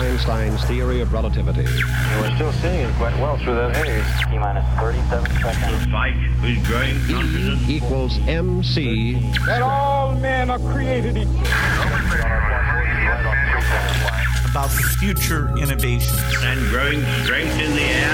Einstein's theory of relativity. And we're still seeing it quite well through that haze. T minus 37 seconds. The fight is growing confident. E equals MC. That all men are created equal. About future innovations. And growing strength in the air.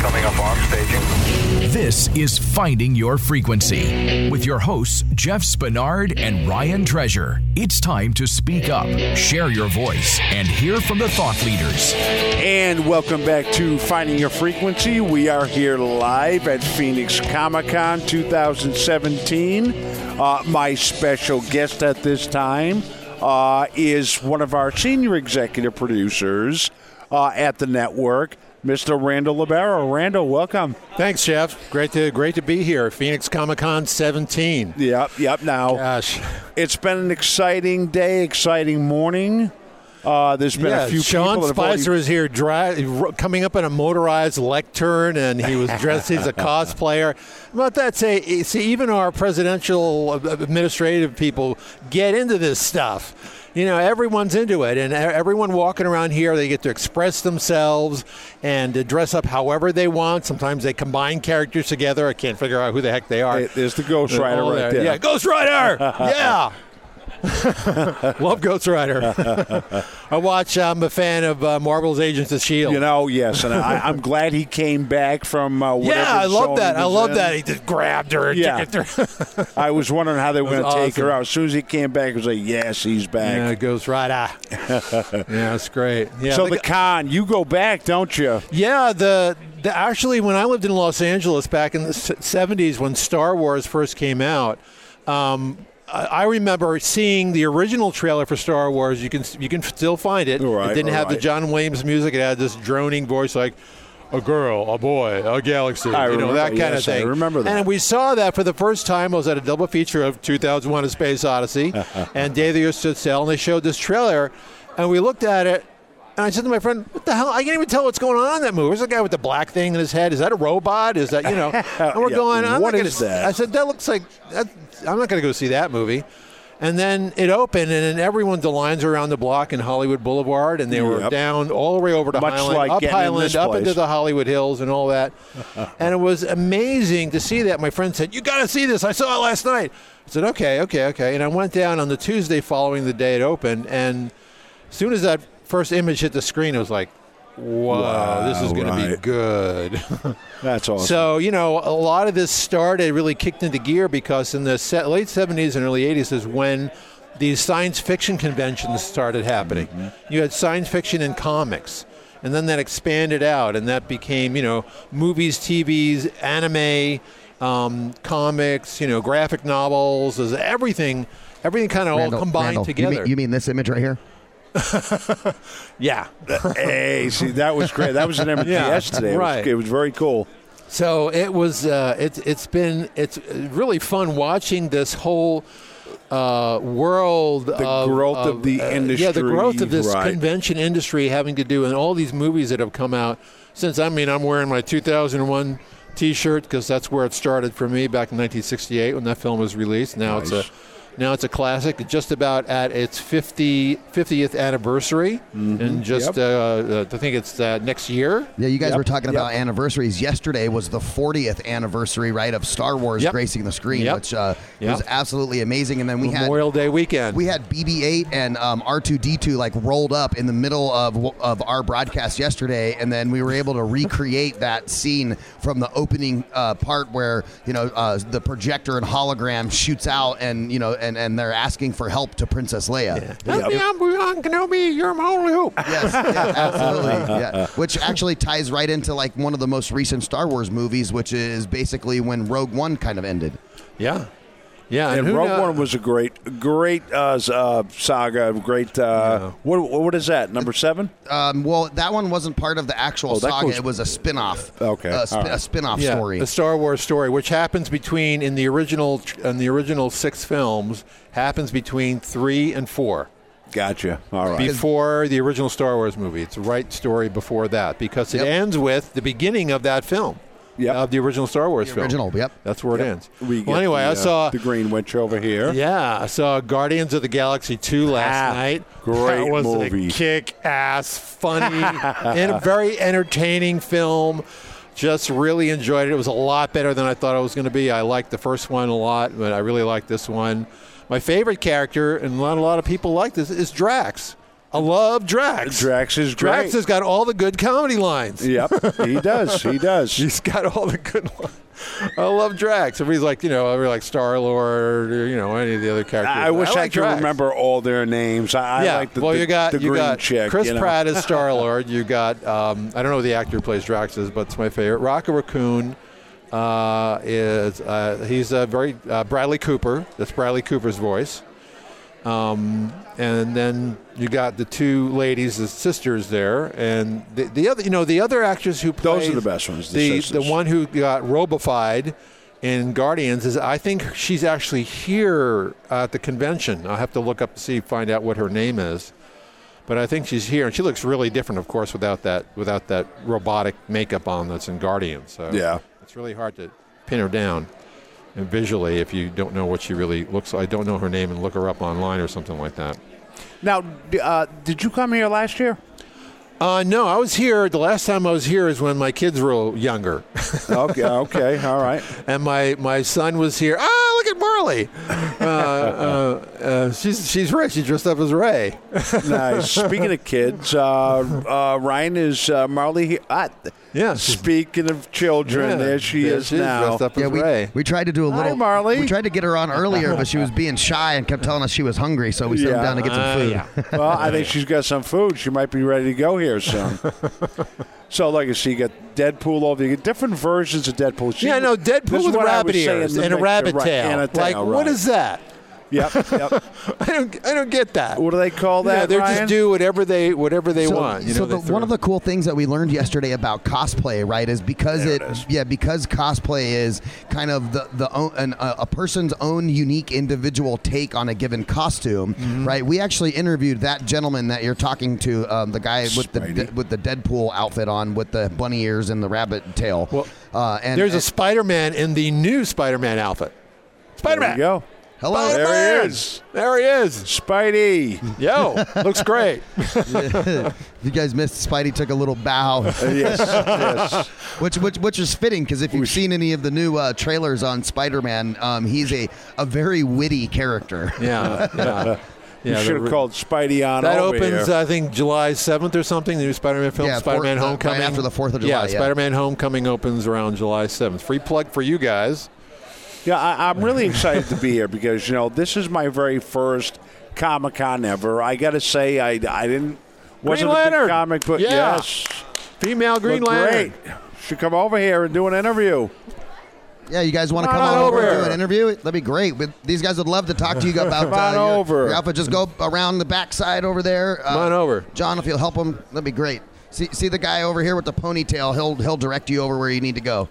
Coming up on staging. This is Finding Your Frequency with your hosts, Jeff Spinard and Ryan Treasure. It's time to speak up, share your voice, and hear from the thought leaders. And welcome back to Finding Your Frequency. We are here live at Phoenix Comic Con 2017. Uh, my special guest at this time uh, is one of our senior executive producers uh, at the network, Mr. Randall Libero. Randall, welcome. Thanks, Jeff. Great to great to be here. Phoenix Comic Con 17. Yep, yep. Now, Gosh, it's been an exciting day, exciting morning. Uh, there's been yeah. a few Sean people that have already- Spicer is here, dri- ro- coming up in a motorized lectern, and he was dressed as a cosplayer. But that's a see, even our presidential uh, administrative people get into this stuff. You know, everyone's into it, and e- everyone walking around here, they get to express themselves and to dress up however they want. Sometimes they combine characters together. I can't figure out who the heck they are. Hey, there's the Ghost Rider Oh, right there. Yeah, Ghost Rider. yeah. Love Ghost Rider. I watch. I'm a fan of uh, Marvel's Agents of Shield. You know, yes, and I, I'm glad he came back from uh, whatever. yeah, I zone love that. he I was love in. that. He just grabbed her. And Yeah. kicked her. I was wondering how they were going to was take her awesome. out. As soon as he came back, it was like, yes, he's yeah, back. Ghost Rider. yeah, that's great. Yeah, so the the g- con, you go back, don't you? Yeah, the, the actually when I lived in Los Angeles back in the s- 70s when Star Wars first came out, um, I, I remember seeing the original trailer for Star Wars. You can s- you can still find it. All it right, didn't all have the right. John Williams music. It had this droning voice like a girl, a boy, a galaxy, I you know, remember- that kind of yes, I thing. remember that. And we saw that for the first time. I was at a double feature of 2001: A Space Odyssey and Day of the Earth Stood Still, and they showed this trailer, and we looked at it, and I said to my friend, "What the hell? I can't even tell what's going on in that movie. Where's the guy with the black thing in his head? Is that a robot? Is that you know?" And we're Uh, Yeah, going, "I'm what not is gonna, that?" I said, "That looks like that, I'm not going to go see that movie." And then it opened, and then everyone the lines were around the block in Hollywood Boulevard, and they were Yep. down all the way over to Much Highland, like up getting in Highland, this up place. into the Hollywood Hills, and all that. and it was amazing to see that. My friend said, "You got to see this. I saw it last night." I said, "Okay, okay, okay." And I went down on the Tuesday following the day it opened, and as soon as that first image hit the screen, it was like, "Whoa, this is going to right. be good." That's awesome. So you know, a lot of this started really kicked into gear because in the se- late '70s and early '80s is when these science fiction conventions started happening. You had science fiction and comics, and then that expanded out, and that became you know movies, TVs, anime, um, comics, you know, graphic novels, there's everything. Everything kind of all combined together. You mean, you mean this image right here? yeah. hey, see, that was great. That was an MTS Yeah, today. It was- It right. was, very cool. So it was. Uh, it's it's been it's really fun watching this whole uh, world. The growth of the Yeah, the industry, growth of this right. convention industry having to do and all these movies that have come out since. I mean, I'm wearing my 2001 T-shirt because that's where it started for me back in 1968 when that film was released. Now it's a now it's a classic, just about at its 50, 50th anniversary, Mm-hmm. and just uh, uh, I think it's uh, next year. Yeah, you guys were talking about anniversaries. Yesterday was the 40th anniversary, right, of Star Wars Yep. gracing the screen, Yep. which uh, Yep. was absolutely amazing. And then we had Memorial Day weekend. we had BB-8 and um, R2D2 like rolled up in the middle of of our broadcast yesterday, and then we were able to recreate that scene from the opening uh, part where you know uh, the projector and hologram shoots out, and you know, and and they're asking for help to Princess Leia. Help me, I'm Obi-Wan Kenobi. You're my only hope. Yes, yeah, absolutely. Yeah. Which actually ties right into like one of the most recent Star Wars movies, which is basically when Rogue One kind of ended. Yeah, yeah. And who Rogue kno- One was a great, great uh, s- uh, saga. Great. Uh, What what is that? Number seven? Um, well, that one wasn't part of the actual Oh, that saga. goes- it was a spin-off. Okay, A, spin all right. a spin-off yeah, story. The Star Wars story, which happens between in the original in the original six films, happens between three and four. Gotcha. All right. Before the original Star Wars movie, it's the right story before that because it Yep. ends with the beginning of that film. Yep. of the original Star Wars film. original, yep. That's where it ends. We well, get anyway, the, I uh, saw the Green Witch over here. yeah, I saw Guardians of the Galaxy 2 last Ah, night. great that was movie. a kick-ass, funny, and a very entertaining film. Just really enjoyed it. It was a lot better than I thought it was going to be. I liked the first one a lot, but I really liked this one. My favorite character, and not a lot of people like this, is Drax. I love Drax. Drax is Drax great. has got all the good comedy lines. Yep, he does. He does. He's got all the good ones. I love Drax. Everybody's like, you know, everybody like Star Lord, or you know, any of the other characters. I, I wish I, like could Drax. remember all their names. I, yeah. I like the, well, the- you got the you green got chick. Chris you know. Pratt as Star Lord. You got um, I don't know who the actor who plays Drax is, but it's my favorite. Rocket Raccoon uh, is uh, he's a very uh, Bradley Cooper. That's Bradley Cooper's voice. Um, and then you got the two ladies, the sisters there, and the, the other, you know, the other actors who Those are plays- the best ones, the The the, sisters. one who got robified in Guardians is I think she's actually here at the convention. I'll have to look up to see find out what her name is, but I think she's here, and she looks really different, of course, without that without that robotic makeup on that's in Guardians. So Yeah. it's really hard to pin her down. And visually, if you don't know what she really looks like, I don't know her name and look her up online or something like that. Now, d- uh, did you come here last year? Uh, no, I was here. The last time I was here is when my kids were younger, okay, okay, all right. and my, my son was here. Ah, look at Marley. Uh, uh, uh, she's she's Ray. She dressed up as Ray. Nice. Speaking of kids, uh, uh, Ryan is uh, Marley. He- ah, Yeah. Speaking of children, there she There is she now. Dressed up Yeah, as we, Ray. we tried to do a little. Marley. We tried to get her on earlier, but she was being shy and kept telling us she was hungry, so we sat Yeah. down to get some food. well, I think she's got some food. She might be ready to go here soon. so, like I see, you got Deadpool over you. Different versions of Deadpool. She- yeah, no, this is Deadpool with what I was rabbit saying, ears the and a mixture, rabbit right, tail. and a like, tail, what right. is that? Yep, yep. I don't I don't get that. What do they call Yeah, that? they Ryan? just do whatever they whatever they want. You so know, they the, throw- one of the cool things that we learned yesterday about cosplay, right, is because it, yeah, because cosplay is kind of the the own, an, a, a person's own unique individual take on a given costume, Mm-hmm. right? We actually interviewed that gentleman that you're talking to, um, the guy with the Spidey. de- with the Deadpool outfit on, with the bunny ears and the rabbit tail. Well, uh, and There's a and- Spider-Man in the new Spider-Man outfit. There Spider-Man. you go. hello. There he is. There he is. Spidey. Yo, looks great. You guys missed Spidey took a little bow. yes, yes. Which, which which is fitting because if you've seen any of the new uh, trailers on Spider-Man, um, he's a, a very witty character. Yeah, yeah. You Yeah, should the- have called Spidey on That over opens, here. I think, July 7th or something, the new Spider Man film, Yeah, Spider Man fourth- right Homecoming. after the 4th of Yeah, July, yeah. Spider Man Homecoming opens around July 7th. Free plug for you guys. Yeah, I, I'm really excited to be here because you know this is my very first Comic Con ever. I got to say, I I didn't wasn't a big Lantern. comic, but Yeah. yes, Female Green looked Lantern. great. Should come over here and do an interview. Yeah, you guys want to Come come on on over and over. do an interview? That'd be great. But these guys would love to talk to you about Come on uh, your, over. your outfit. Just go around the backside over there. Uh, Come on over. John. If you'll help him, that'd be great. See, see the guy over here with the ponytail. He'll he'll direct you over where you need to go.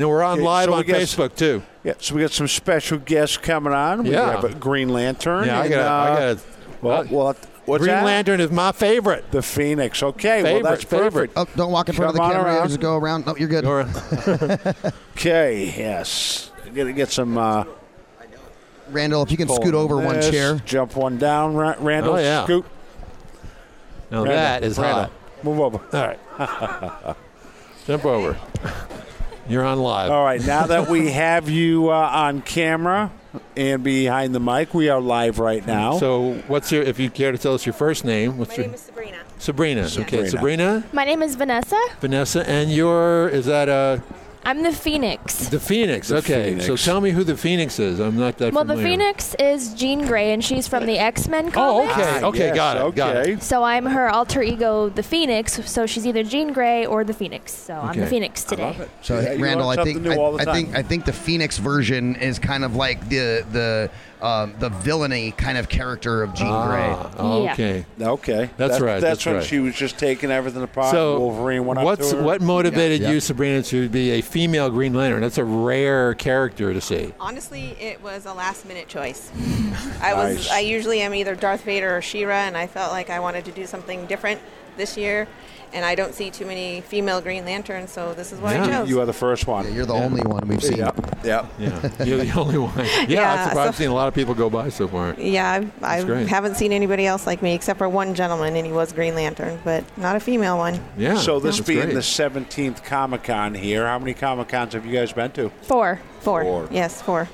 Now we're on Okay, live so we on guess- Facebook, too. Yeah, so we got some special guests coming on. We Yeah. have a Green Lantern. Yeah, I and, got uh, I got well, well, what's Green that? Lantern is my favorite. The Phoenix. Okay, Favorite, well that's perfect. favorite. Oh, don't walk in front Come of on the camera. around. Just go around. No, you're good. Or- Okay, yes. Gonna get some. Uh, Randall, if you can scoot over one this, chair. Jump one down, Ra- Randall. Oh, yeah. Scoot. now Randall, that is Randall, hot. Move over. All right. Jump over. You're on live. All right, now that we have you uh, on camera and behind the mic, we are live right now. So, what's your, if you care to tell us your first name, what's My your name is Sabrina. Sabrina. Okay, Sabrina. Sabrina, My name is Vanessa. Vanessa, and your, is that uh I'm the Phoenix. The Phoenix. okay, so Phoenix. tell me who the Phoenix is. I'm not that Well, the familiar. Phoenix is Jean Grey, and she's from the X Men Oh, comics. okay, okay, Ah, Yes, got it, okay. got it. So I'm her alter ego, the Phoenix. So she's either Jean Grey or the Phoenix. So I'm the Okay. Phoenix today. So Yeah, you Randall, learn I something think new I, all the I time. think I think the Phoenix version is kind of like the the um, the villainy kind of character of Jean Grey. Yeah. okay. Okay, That's That- right, That's, that's when right. she was just taking everything apart. So Wolverine went what's up to her. what motivated Yeah. you, Sabrina, to be a female Green Lantern? That's a rare character to see. Honestly, it was a last minute choice. I Nice. was I usually am either Darth Vader or She-Ra and I felt like I wanted to do something different this year and I don't see too many female Green Lanterns, so this is what I Yeah, chose. You are the first one. You're the only one we've seen. Yep. Yep. Yeah, you're the only one. Yeah, Yeah, Uh, that's what I've so- seen a lot of people go by so far. yeah, I've, I great. haven't seen anybody else like me except for one gentleman, and he was Green Lantern, but not a female one. Yeah. so this that's being great. the 17th Comic Con here, how many Comic Cons have you guys been to? Four. Four. Four. Yes, four.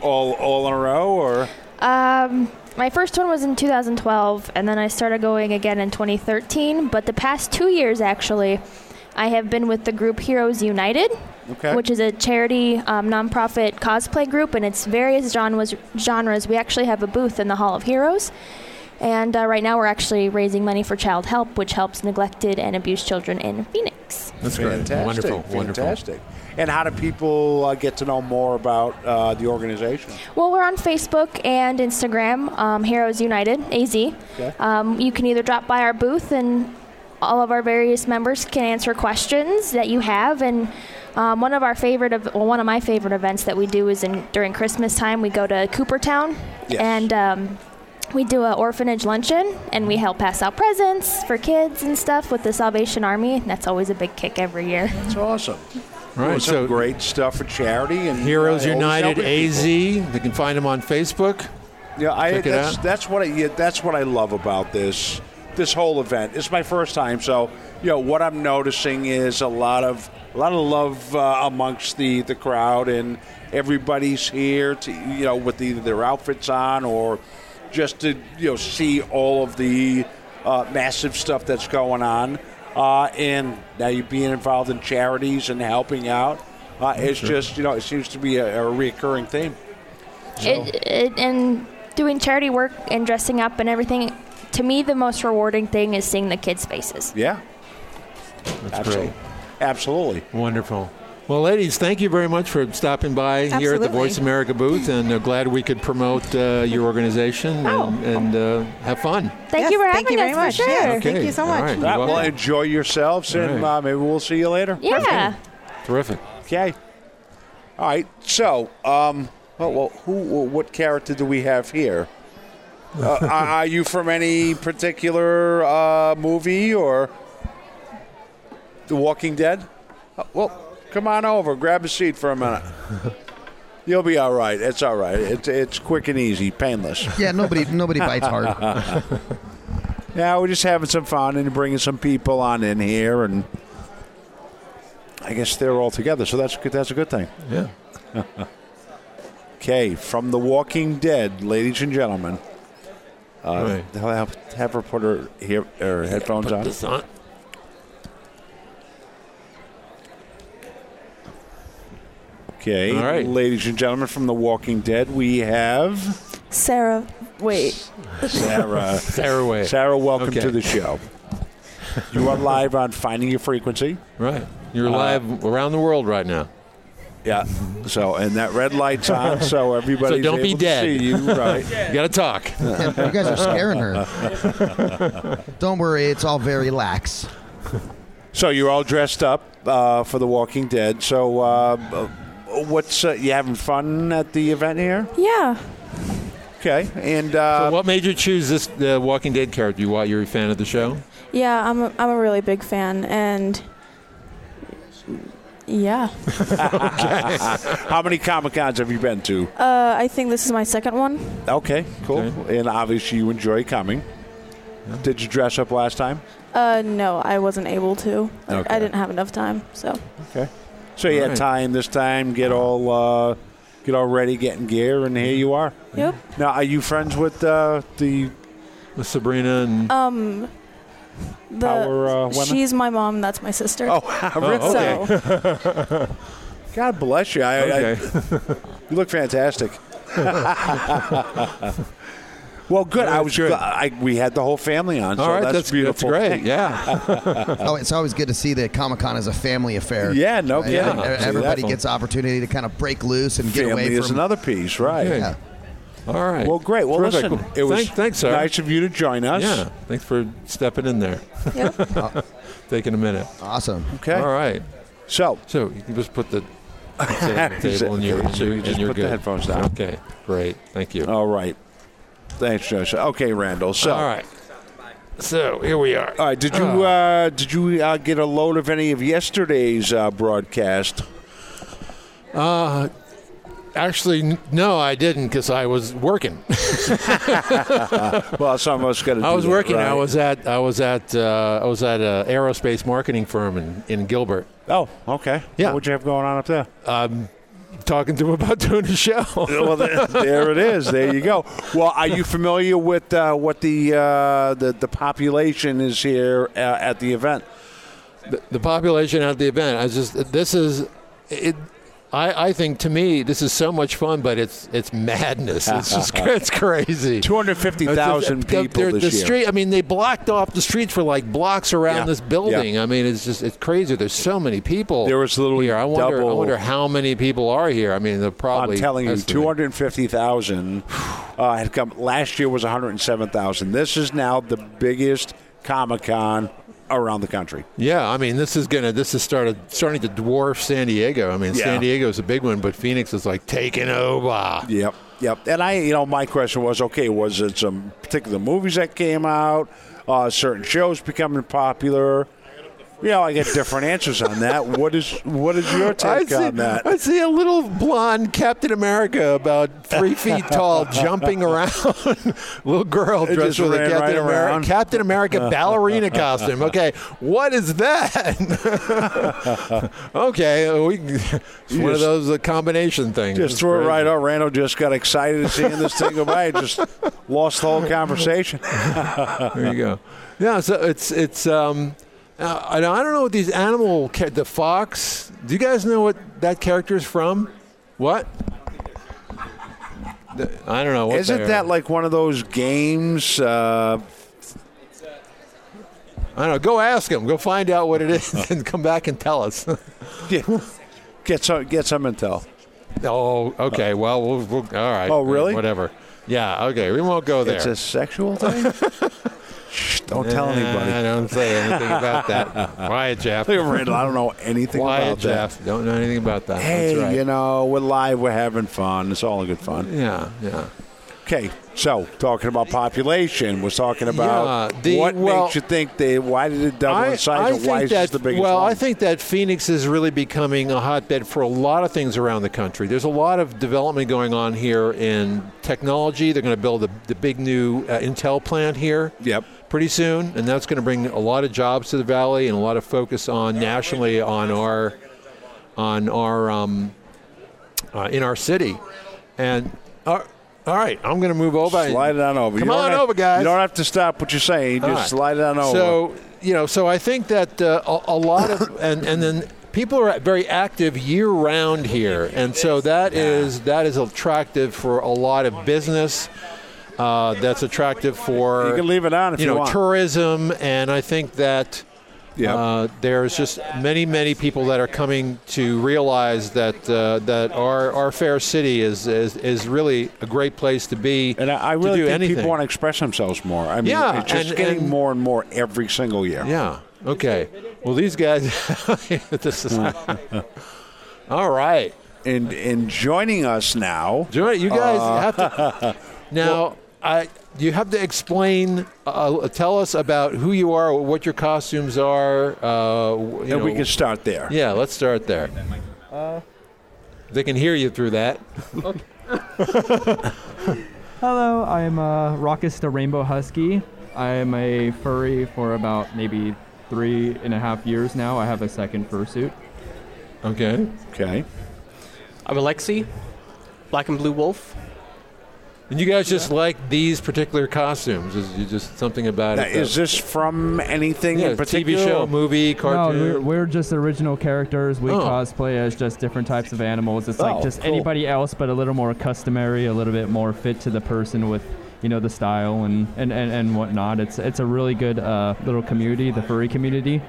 All all in a row, or Um, my first one was in 2012, and then I started going again in 2013. But the past two years, actually, I have been with the group Heroes United, Okay. which is a charity um, nonprofit cosplay group, and it's various genres. Genres. We actually have a booth in the Hall of Heroes, and uh, right now we're actually raising money for Child Help, which helps neglected and abused children in Phoenix. that's great. fantastic, Wonderful, wonderful. fantastic. And how do people uh, get to know more about uh, the organization? Well, we're on Facebook and Instagram, um, Heroes United AZ. Um, you can either drop by our booth, and all of our various members can answer questions that you have. And um, one of our favorite, ev- well, one of my favorite events that we do is in during Christmas time. We go to Coopertown, Yes. and um, we do an orphanage luncheon, and we help pass out presents for kids and stuff with the Salvation Army. And that's always a big kick every year. It's awesome. All right, Doing some so great stuff for charity and Heroes uh, always United helping AZ. people. They can find them on Facebook. Yeah, I, Check it that's out. that's what I yeah, that's what I love about this this whole event. It's my first time, so you know what I'm noticing is a lot of a lot of love uh, amongst the the crowd, and everybody's here to you know with either their outfits on or just to you know see all of the uh, massive stuff that's going on. Uh, and now you're being involved in charities and helping out. Uh, it's just you know it seems to be a, a reoccurring theme. it, it, and doing charity work and dressing up and everything to me the most rewarding thing is seeing the kids faces Yeah, That's absolutely. great. Absolutely. Wonderful. Well, ladies, thank you very much for stopping by here at the Absolutely. Voice America booth, and uh, glad we could promote uh, your organization and, and uh, have fun. thank Yes, you for having thank you us very for much. sure Yes. Okay. Thank you so all much. right, you're All right, well, welcome. enjoy yourselves, and All right. uh, maybe we'll see you later. yeah Terrific. Okay. All right. So, um, well, well, who, well, what character do we have here? Uh, are- are you from any particular uh, movie or The Walking Dead? Uh, well, come on over. Grab a seat for a minute. You'll be all right. It's all right. It's it's quick and easy, painless. Yeah, nobody nobody bites hard. Yeah, we're just having some fun and bringing some people on in here, and I guess they're all together, so that's good. That's a good thing. Yeah. Okay, from The Walking Dead, ladies and gentlemen. all right. I'll Have, have her put her, here, her headphones Put on. this on. Okay, All right. ladies and gentlemen, from The Walking Dead, we have Sarah, wait. Sarah. Sarah Way. Sarah, welcome Okay. to the show. You are live on Finding Your Frequency. Right. You're live around the world right now. Yeah. So, and that red light's on, so everybody's don't be able dead. to see you. Right. You got to talk. Uh, you guys are scaring her. Don't worry, it's all very lax. So you're all dressed up uh, for The Walking Dead. So uh, uh, what's uh, you having fun at the event here? Yeah. Okay, and uh, So what made you choose this uh, Walking Dead character? You, why you're a fan of the show? Yeah, I'm a, I'm a really big fan, and yeah, how many Comic Cons have you been to? uh, I think this is my second one. Okay, cool. And obviously you enjoy coming. Did you dress up last time? Uh, no, I wasn't able to. Like, Okay. I didn't have enough time, so Okay. So you had Alright. time this time. Get all uh, get all ready, get in gear, and here you are. yep. Now, are you friends with uh, the With Sabrina and Um, the Power, uh, women? she's my mom. That's my sister. Oh, okay. So God bless you. I, I- okay. You look fantastic. well, good. I was. good. gl- I, we had the whole family on. All so right, that's, that's beautiful. That's great. Yeah. Oh, it's always good to see the Comic Con as a family affair. Yeah, no Right? kidding. Everybody Exactly. gets opportunity to kind of break loose and get Family away is from another piece, right? Okay. Yeah. All right. Well, great. Well, Terrific. listen, it was Thank- thanks, sir. nice of you to join us. Yeah. Thanks for stepping in there. Taking a minute. Awesome. Okay. All right. So. So you can just put the table, table and you're, So you and just you're put the good. headphones down. Okay. Great. Thank you. All right. Thanks, Josh. Okay, Randall. Oh, So. All right. So here we are. All right. Did you uh, did you uh, get a load of any of yesterday's uh, broadcast? Uh, actually, n- no, I didn't because I was working. well, some of us got to. I that, was working. right? I was at I was at uh, I was at a aerospace marketing firm in, in Gilbert. Oh, okay. Yeah. What'd you have going on up there? Um, talking to him about doing a show. well, there, there it is. There you go. Well, are you familiar with uh, what the, uh, the the population is here uh, at the event? the, the population at the event. I was just this is it. I, I think to me this is so much fun, but it's it's madness. It's just it's crazy. Two hundred fifty thousand They're- people they're- this the year. street. I mean, they blocked off the streets for like blocks around Yeah. this building. I mean, it's just it's crazy. There's so many people. There was literally here. I wonder. I double- wonder how many people are here. I mean, they're probably. I'm telling you, estimate. two hundred fifty thousand uh, had come. Last year was one hundred seven thousand. This is now the biggest Comic Con around the country. Yeah, I mean, this is gonna. This is started starting to dwarf San Diego. I mean, Yeah. San Diego's a big one, but Phoenix is like taking over. Yep, yep. And I, you know, my question was, okay, was it some particular movies that came out, uh, certain shows becoming popular? You know, I get different answers on that. What is what is your take I see, on that? I see a little blonde Captain America, about three feet tall, jumping around. little girl It dressed just with a ran right Captain America, around. Captain America ballerina costume. Okay, what is that? okay, uh, we, it's one of just- those uh, combination things. Just It's threw it crazy. right out. Randall just got excited seeing this thing go by. Just lost the whole conversation. There you go. Yeah, so it's it's. Um, uh, I don't know what these animal ca- the fox. Do you guys know what that character is from? What? The- I don't know. What Isn't they are. that like one of those games? Uh, I don't know. Go ask him. Go find out what it is and come back and tell us. yeah, get some get some intel. oh, okay. Well, we'll, we'll all right. Oh, really? Whatever. Yeah. Okay. We won't go there. Eh, It's a sexual thing. Shh, don't tell anybody. I don't say anything about that. Quiet, Jeff. Look at Randall. I don't know anything Quiet, about that. Jeff. Don't know anything about that. Hey, That's right. you know, we're live. We're having fun. It's all good fun. Yeah. Yeah. Okay, so talking about population, we're talking about Yeah, the- what well- makes you think they? Why did it double in size? and why is this the biggest? well, one? I think that Phoenix is really becoming a hotbed for a lot of things around the country. There's a lot of development going on here in technology. They're going to build a, the big new uh, Intel plant here. Yep. Pretty soon, and that's going to bring a lot of jobs to the valley and a lot of focus on nationally on our on our um, uh, in our city. And uh, all right, I'm going to move over. slide it on over. Come you don't on have- over, guys. You don't have to stop what you're saying. Just All right. slide it on over. So you know, so I think that uh, a, a lot of and and then people are very active year round here, and so that is that is attractive for a lot of business. Uh, that's attractive for You can leave it on if you know want. tourism, and I think that. Yep. Uh, there's just many, many people that are coming to realize that uh, that our, our fair city is, is is really a great place to be. and I, I really to do think anything. people want to express themselves more. I mean, Yeah, it's just and- getting and- more and more every single year. Yeah. Okay. Well, these guys. this is. All right. And and joining us now, Do it. You guys Uh. have to. Now, I you have to explain. Uh, tell us about who you are, what your costumes are. Uh, w- you and we know- can start there. Yeah. Let's start there. They can hear you through that. Hello, I'm uh, Rockus the Rainbow Husky. I'm a furry for about maybe three and a half years now. I have a second fursuit. Okay. Okay. I'm Alexi, Black and Blue Wolf. And you guys just like these particular costumes? Is you just something about Now, it? that- is this from anything Yeah, in TV particular? show, movie, No, cartoon? we're, we're just original characters. We Oh. cosplay as just different types of animals. It's Oh, like just cool. anybody else, but a little more customary, a little bit more fit to the person with, you know, the style and, and, and, and whatnot. It's it's a really good uh, little community, the furry community.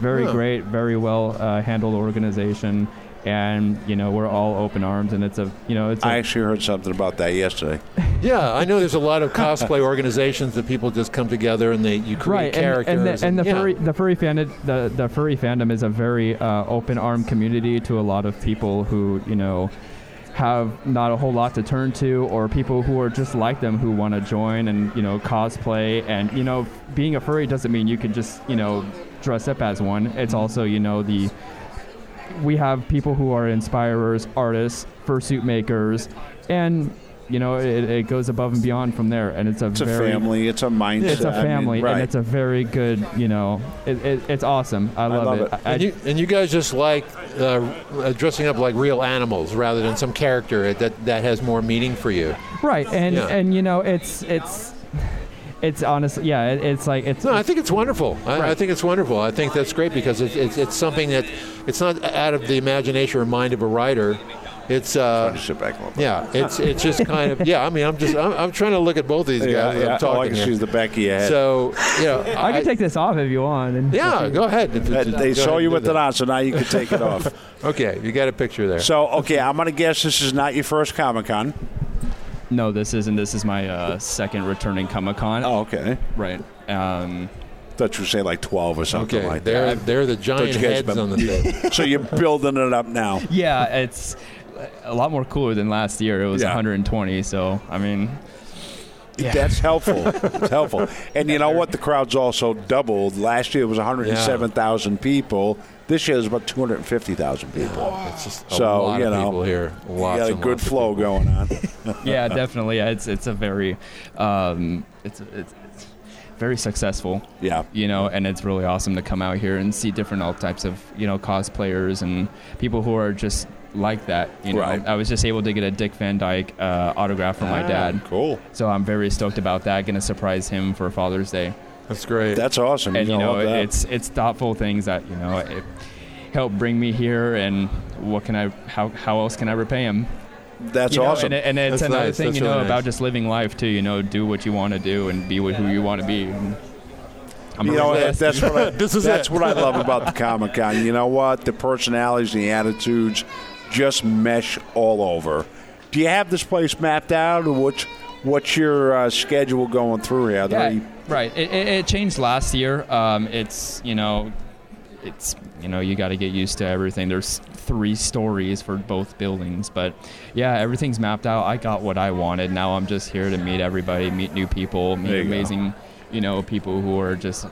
Very Huh. great, very well uh, handled organization. And, you know, we're all open arms and it's a, you know, it's a I actually heard something about that yesterday. Yeah, I know there's a lot of cosplay organizations that people just come together and they you create right, and, characters. and the, and the yeah. furry the furry fandom the, the furry fandom is a very uh, open armed community to a lot of people who you know have not a whole lot to turn to, or people who are just like them who want to join and you know cosplay and you know being a furry doesn't mean you can just you know dress up as one. It's also you know the we have people who are inspirers, artists, fursuit makers, and you know it, it goes above and beyond from there. And it's a It's a very family. It's a mindset. It's a I mean, family, right. and it's a very good. You know, it, it, it's awesome. I love, love it. I- I- and, you, and you guys just like uh, uh, dressing up like real animals rather than some character that that has more meaning for you. right, and Yeah. and you know, it's it's it's honestly, yeah, it, it's like it's. No, I think it's wonderful. I, I think it's wonderful. I think that's great because it's it's, it's something that it's not out of the imagination or mind of a writer. It's uh, yeah. It's it's just kind of yeah. I mean, I'm just I'm, I'm trying to look at both of these Yeah, guys. as yeah. I'm talking All I can here. see is the back of your head. So yeah, I can take this off if you want. And Yeah, go ahead. If That- it's- they go saw ahead and you do with it that. on, so now you can take it off. okay, you got a picture there. So, okay, I'm going to guess this is not your first Comic Con. No, this isn't. This is my uh, second returning Comic Con. Oh, okay. Right. Um, Thought you say like 12 or something Okay, like they're- that. they're the Thought giant you guys heads been- on the thing. so you're building it up now. yeah, it's a lot more cooler than last year. It was 120, so I mean, Yeah. That's helpful. It's helpful. And you know what? The crowd's also doubled. Last year it was 107,000 people. This year there's about 250,000 people. It's a so, lot you of know, people here. you Lots got a and good lots of flow going on. yeah, definitely. Yeah, It's it's a very um, it's, it's it's very successful. Yeah, you know, and it's really awesome to come out here and see different all types of you know cosplayers and people who are just like that. You know, Right. I was just able to get a Dick Van Dyke uh, autograph from my Ah, dad. Cool. So I'm very stoked about that. Going to surprise him for Father's Day. That's great. That's awesome. And You're you gonna know, love that. it's it's thoughtful things that you know it helped bring me here, and what can I how how else can I repay him? That's You know, awesome. And, it- and it's That's another nice. thing, That's you know, really nice. about just living life too. You know, do what you want to do and be with who you want to be. And I'm you a know, realist. that's what I, that's what I love about the Comic Con. You know what? The personalities, the attitudes, just mesh all over. Do you have this place mapped out, or what's what's your uh, schedule going through here? Are there any- Yeah, right. It, it, it changed last year. Um, it's you know, it's you know, you got to get used to everything. There's three stories for both buildings, but yeah, everything's mapped out. I got what I wanted. Now I'm just here to meet everybody, meet new people, meet There you go. amazing, you know, people who are just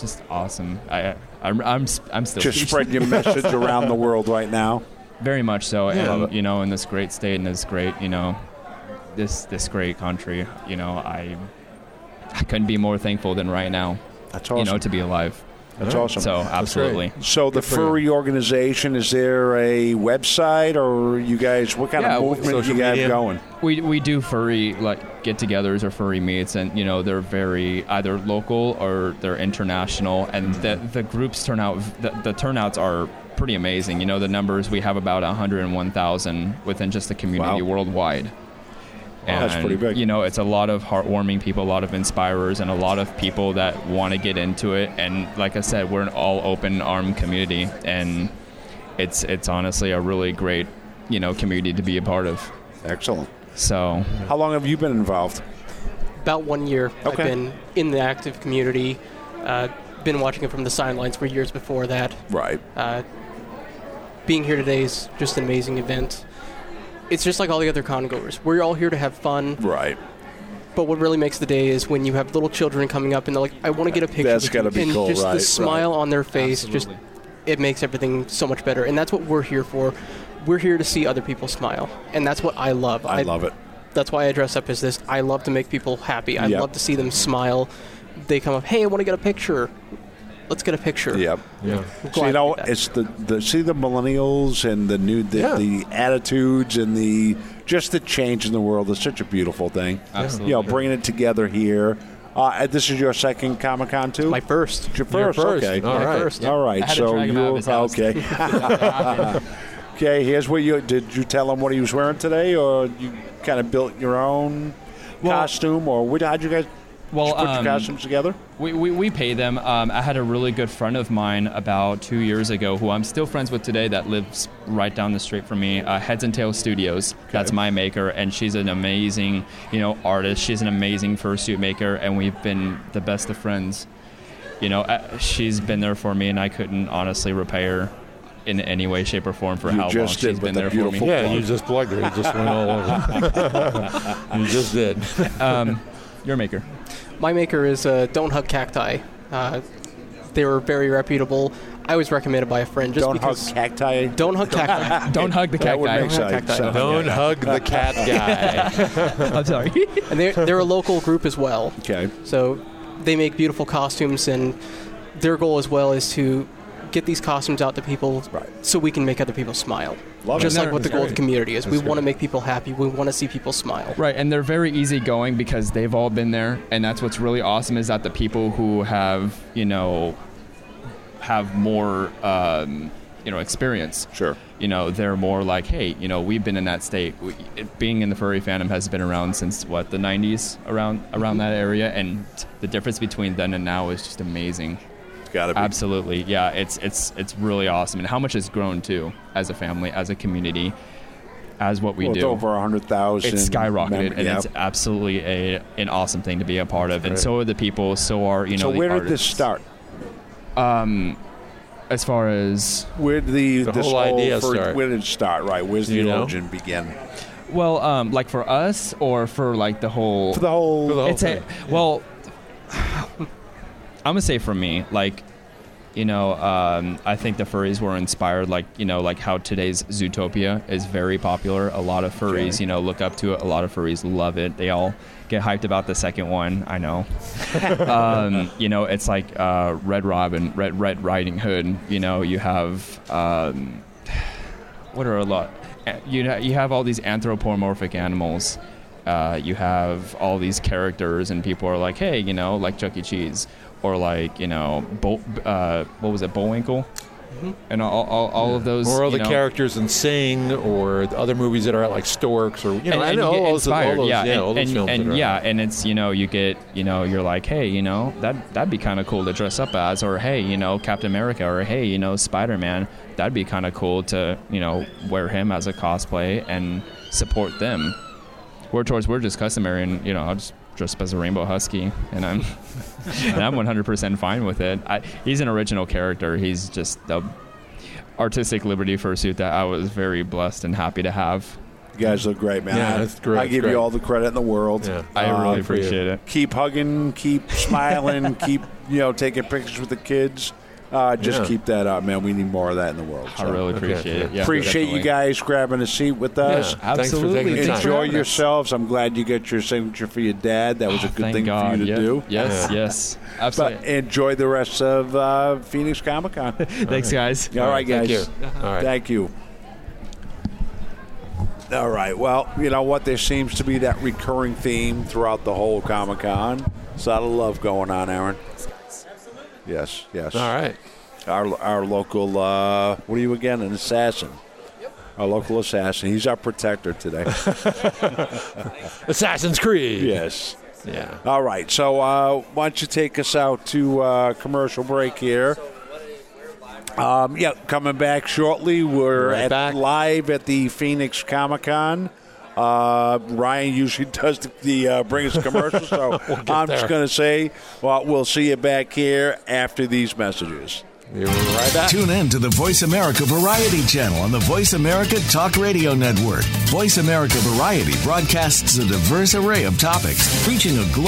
just awesome. I I'm I'm, s- I'm still just speechless. spreading your message around the world right now. Very much so, Yeah. and um, you know, in this great state, in this great, you know, this this great country, you know, I I couldn't be more thankful than right now. That's You know, awesome. to be alive. That's awesome. So absolutely. So the furry organization is there a website, or you guys? What kind Yeah, of w- movement social you guys media. going? We we do furry like get-togethers or furry meets, and you know they're very either local or they're international, and Mm-hmm. the the groups turn out the, the turnouts are pretty amazing. You know the numbers we have about 101,000 within just the community worldwide. That's pretty big. You know, it's a lot of heartwarming people, a lot of inspirers, and a lot of people that want to get into it. And like I said, we're an all open arm community, and it's it's honestly a really great you know community to be a part of. Excellent. So How long have you been involved? About one year. I've Okay. been in the active community. Uh, been watching it from the sidelines for years before that. Right. Uh, being here today is just an amazing event. It's just like all the other con goers. We're all here to have fun. Right. But what really makes the day is when you have little children coming up and they're like, "I want to get a picture." That's with gotta you." be and cool, Just right, the right. smile on their face, just Absolutely. it makes everything so much better. And that's what we're here for. We're here to see other people smile, and that's what I love. I love it. That's why I dress up as this. I love to make people happy. I Yep. love to see them smile. They come up, "Hey, I want to get a picture. Let's get a picture." Yep. Yeah. So, you know, it's the, the see the millennials and the new the, Yeah. the attitudes and the just the change in the world is such a beautiful thing. Absolutely. You know, bringing it together here. Uh, and this is your second Comic Con too. My first. Your Your first. first. Okay. All My right. first. All right. I had to so drag him out of you his house. okay? okay. Here's what you did. You tell him what he was wearing today, or you kind of built your own costume, or what, how'd you guys Well, Just put your um, costumes together. We, we, we pay them. Um, I had a really good friend of mine about two years ago who I'm still friends with today that lives right down the street from me, uh, Heads and Tails Studios. That's my maker, and she's an amazing, you know, artist. She's an amazing fursuit maker, and we've been the best of friends. You know, uh, she's been there for me, and I couldn't honestly repay her in any way, shape, or form for You how long just she's did been with there a for me. beautiful plug. Yeah, you just plugged her. You just went all over. You just did. Um, your maker. My maker is uh, Don't Hug Cacti. Uh, they were very reputable. I was recommended by a friend just Don't hug because. cacti. Don't hug cacti. Don't hug the That would cacti. make Don't hug sense. cacti. Sound Don't good. hug the cat guy. I'm sorry. and they're, they're a local group as well. Okay. So they make beautiful costumes, and their goal as well is to get these costumes out to people so we can make other people smile. Love it. just like That's what the goal of the great. community is. we That's want to great. make people happy, we want to see people smile. Right, and they're very easygoing because they've all been there, and that's what's really awesome is that the people who have you know have more um, you know experience. Sure. You know they're more like, hey, you know we've been in that state. We, it, being in the furry fandom has been around since what the '90s around around that area, and the difference between then and now is just amazing. It's gotta be absolutely yeah. It's it's it's really awesome, and how much has grown too as a family, as a community, as what we Well, do. it's over 100,000 It's skyrocketed, member- and yeah. it's absolutely a an awesome thing to be a part of. And so are the people. So are you know. so the where did this artists. start? Um, as far as where did the, The this whole idea fur- start? Where did it start? Right. Where's the You know? origin begin? Well, um, like for us or for like the whole for the whole. it's a, well, I'm gonna say for me, like you know, um, I think the furries were inspired, like you know, like how today's Zootopia is very popular. A lot of furries, you know, look up to it. A lot of furries love it. They all get hyped about the second one. I know. um, you know, it's like uh, Red Robin, Red Red Riding Hood. You know, you have. Um, what are a lot? a- You know, you have all these anthropomorphic animals. Uh, you have all these characters, and people are like, hey, you know, like Chuck E. Cheese, or like you know, Bo- uh, what was it, Bullwinkle, and all, all, all of those. Mm-hmm. Or all you the know- characters in Sing, or the other movies that are out, like Storks, or you know, I know you get all those, all inspired, those- yeah, yeah, and, all those and- films. and that are out. yeah, and it's you know you get you know you're like, hey, you know that that'd be kind of cool to dress up as, or hey, you know Captain America, or hey, you know Spider Man, that'd be kind of cool to you know wear him as a cosplay and support them. We're towards we're just customary, and you know I'll just dress up as a rainbow husky, and I'm and I'm 100% fine with it. I, he's an original character. He's just a artistic liberty fursuit that I was very blessed and happy to have. You guys look great, man. I, Yeah, that's great, I give great. you all the credit in the world. Uh, Yeah, I really appreciate it. Keep hugging, keep smiling, keep you know taking pictures with the kids. Uh, just Yeah. keep that up, man. We need more of that in the world. I really appreciate it. Yeah, appreciate definitely. you guys grabbing a seat with us. Yeah, Thanks for absolutely. taking the time. Enjoy Thanks. yourselves. I'm glad you got your signature for your dad. That was a good Ah, thank thing for God. you to Yeah. do. Yes, yes. But enjoy the rest of uh, Phoenix Comic Con. Thanks, guys. All right, guys. Thank you. All right. Thank you. All right. Well, you know what? There seems to be that recurring theme throughout the whole Comic Con. It's a lot of love going on, Aaron. Yes, yes. All right. Our, our local, uh, what are you again? An assassin. Our local assassin. He's our protector today. Assassin's Creed. Yes. Yeah. All right. So uh, why don't you take us out to uh, commercial break here? Um, yeah, coming back shortly. We're at, live at the Phoenix Comic Con. Uh, Ryan usually does the, the uh, bring us commercials, so We'll get I'm just there. going to say, well, we'll see you back here after these messages. Tune in to the Voice America Variety channel on the Voice America Talk Radio Network. Voice America Variety broadcasts a diverse array of topics, reaching a global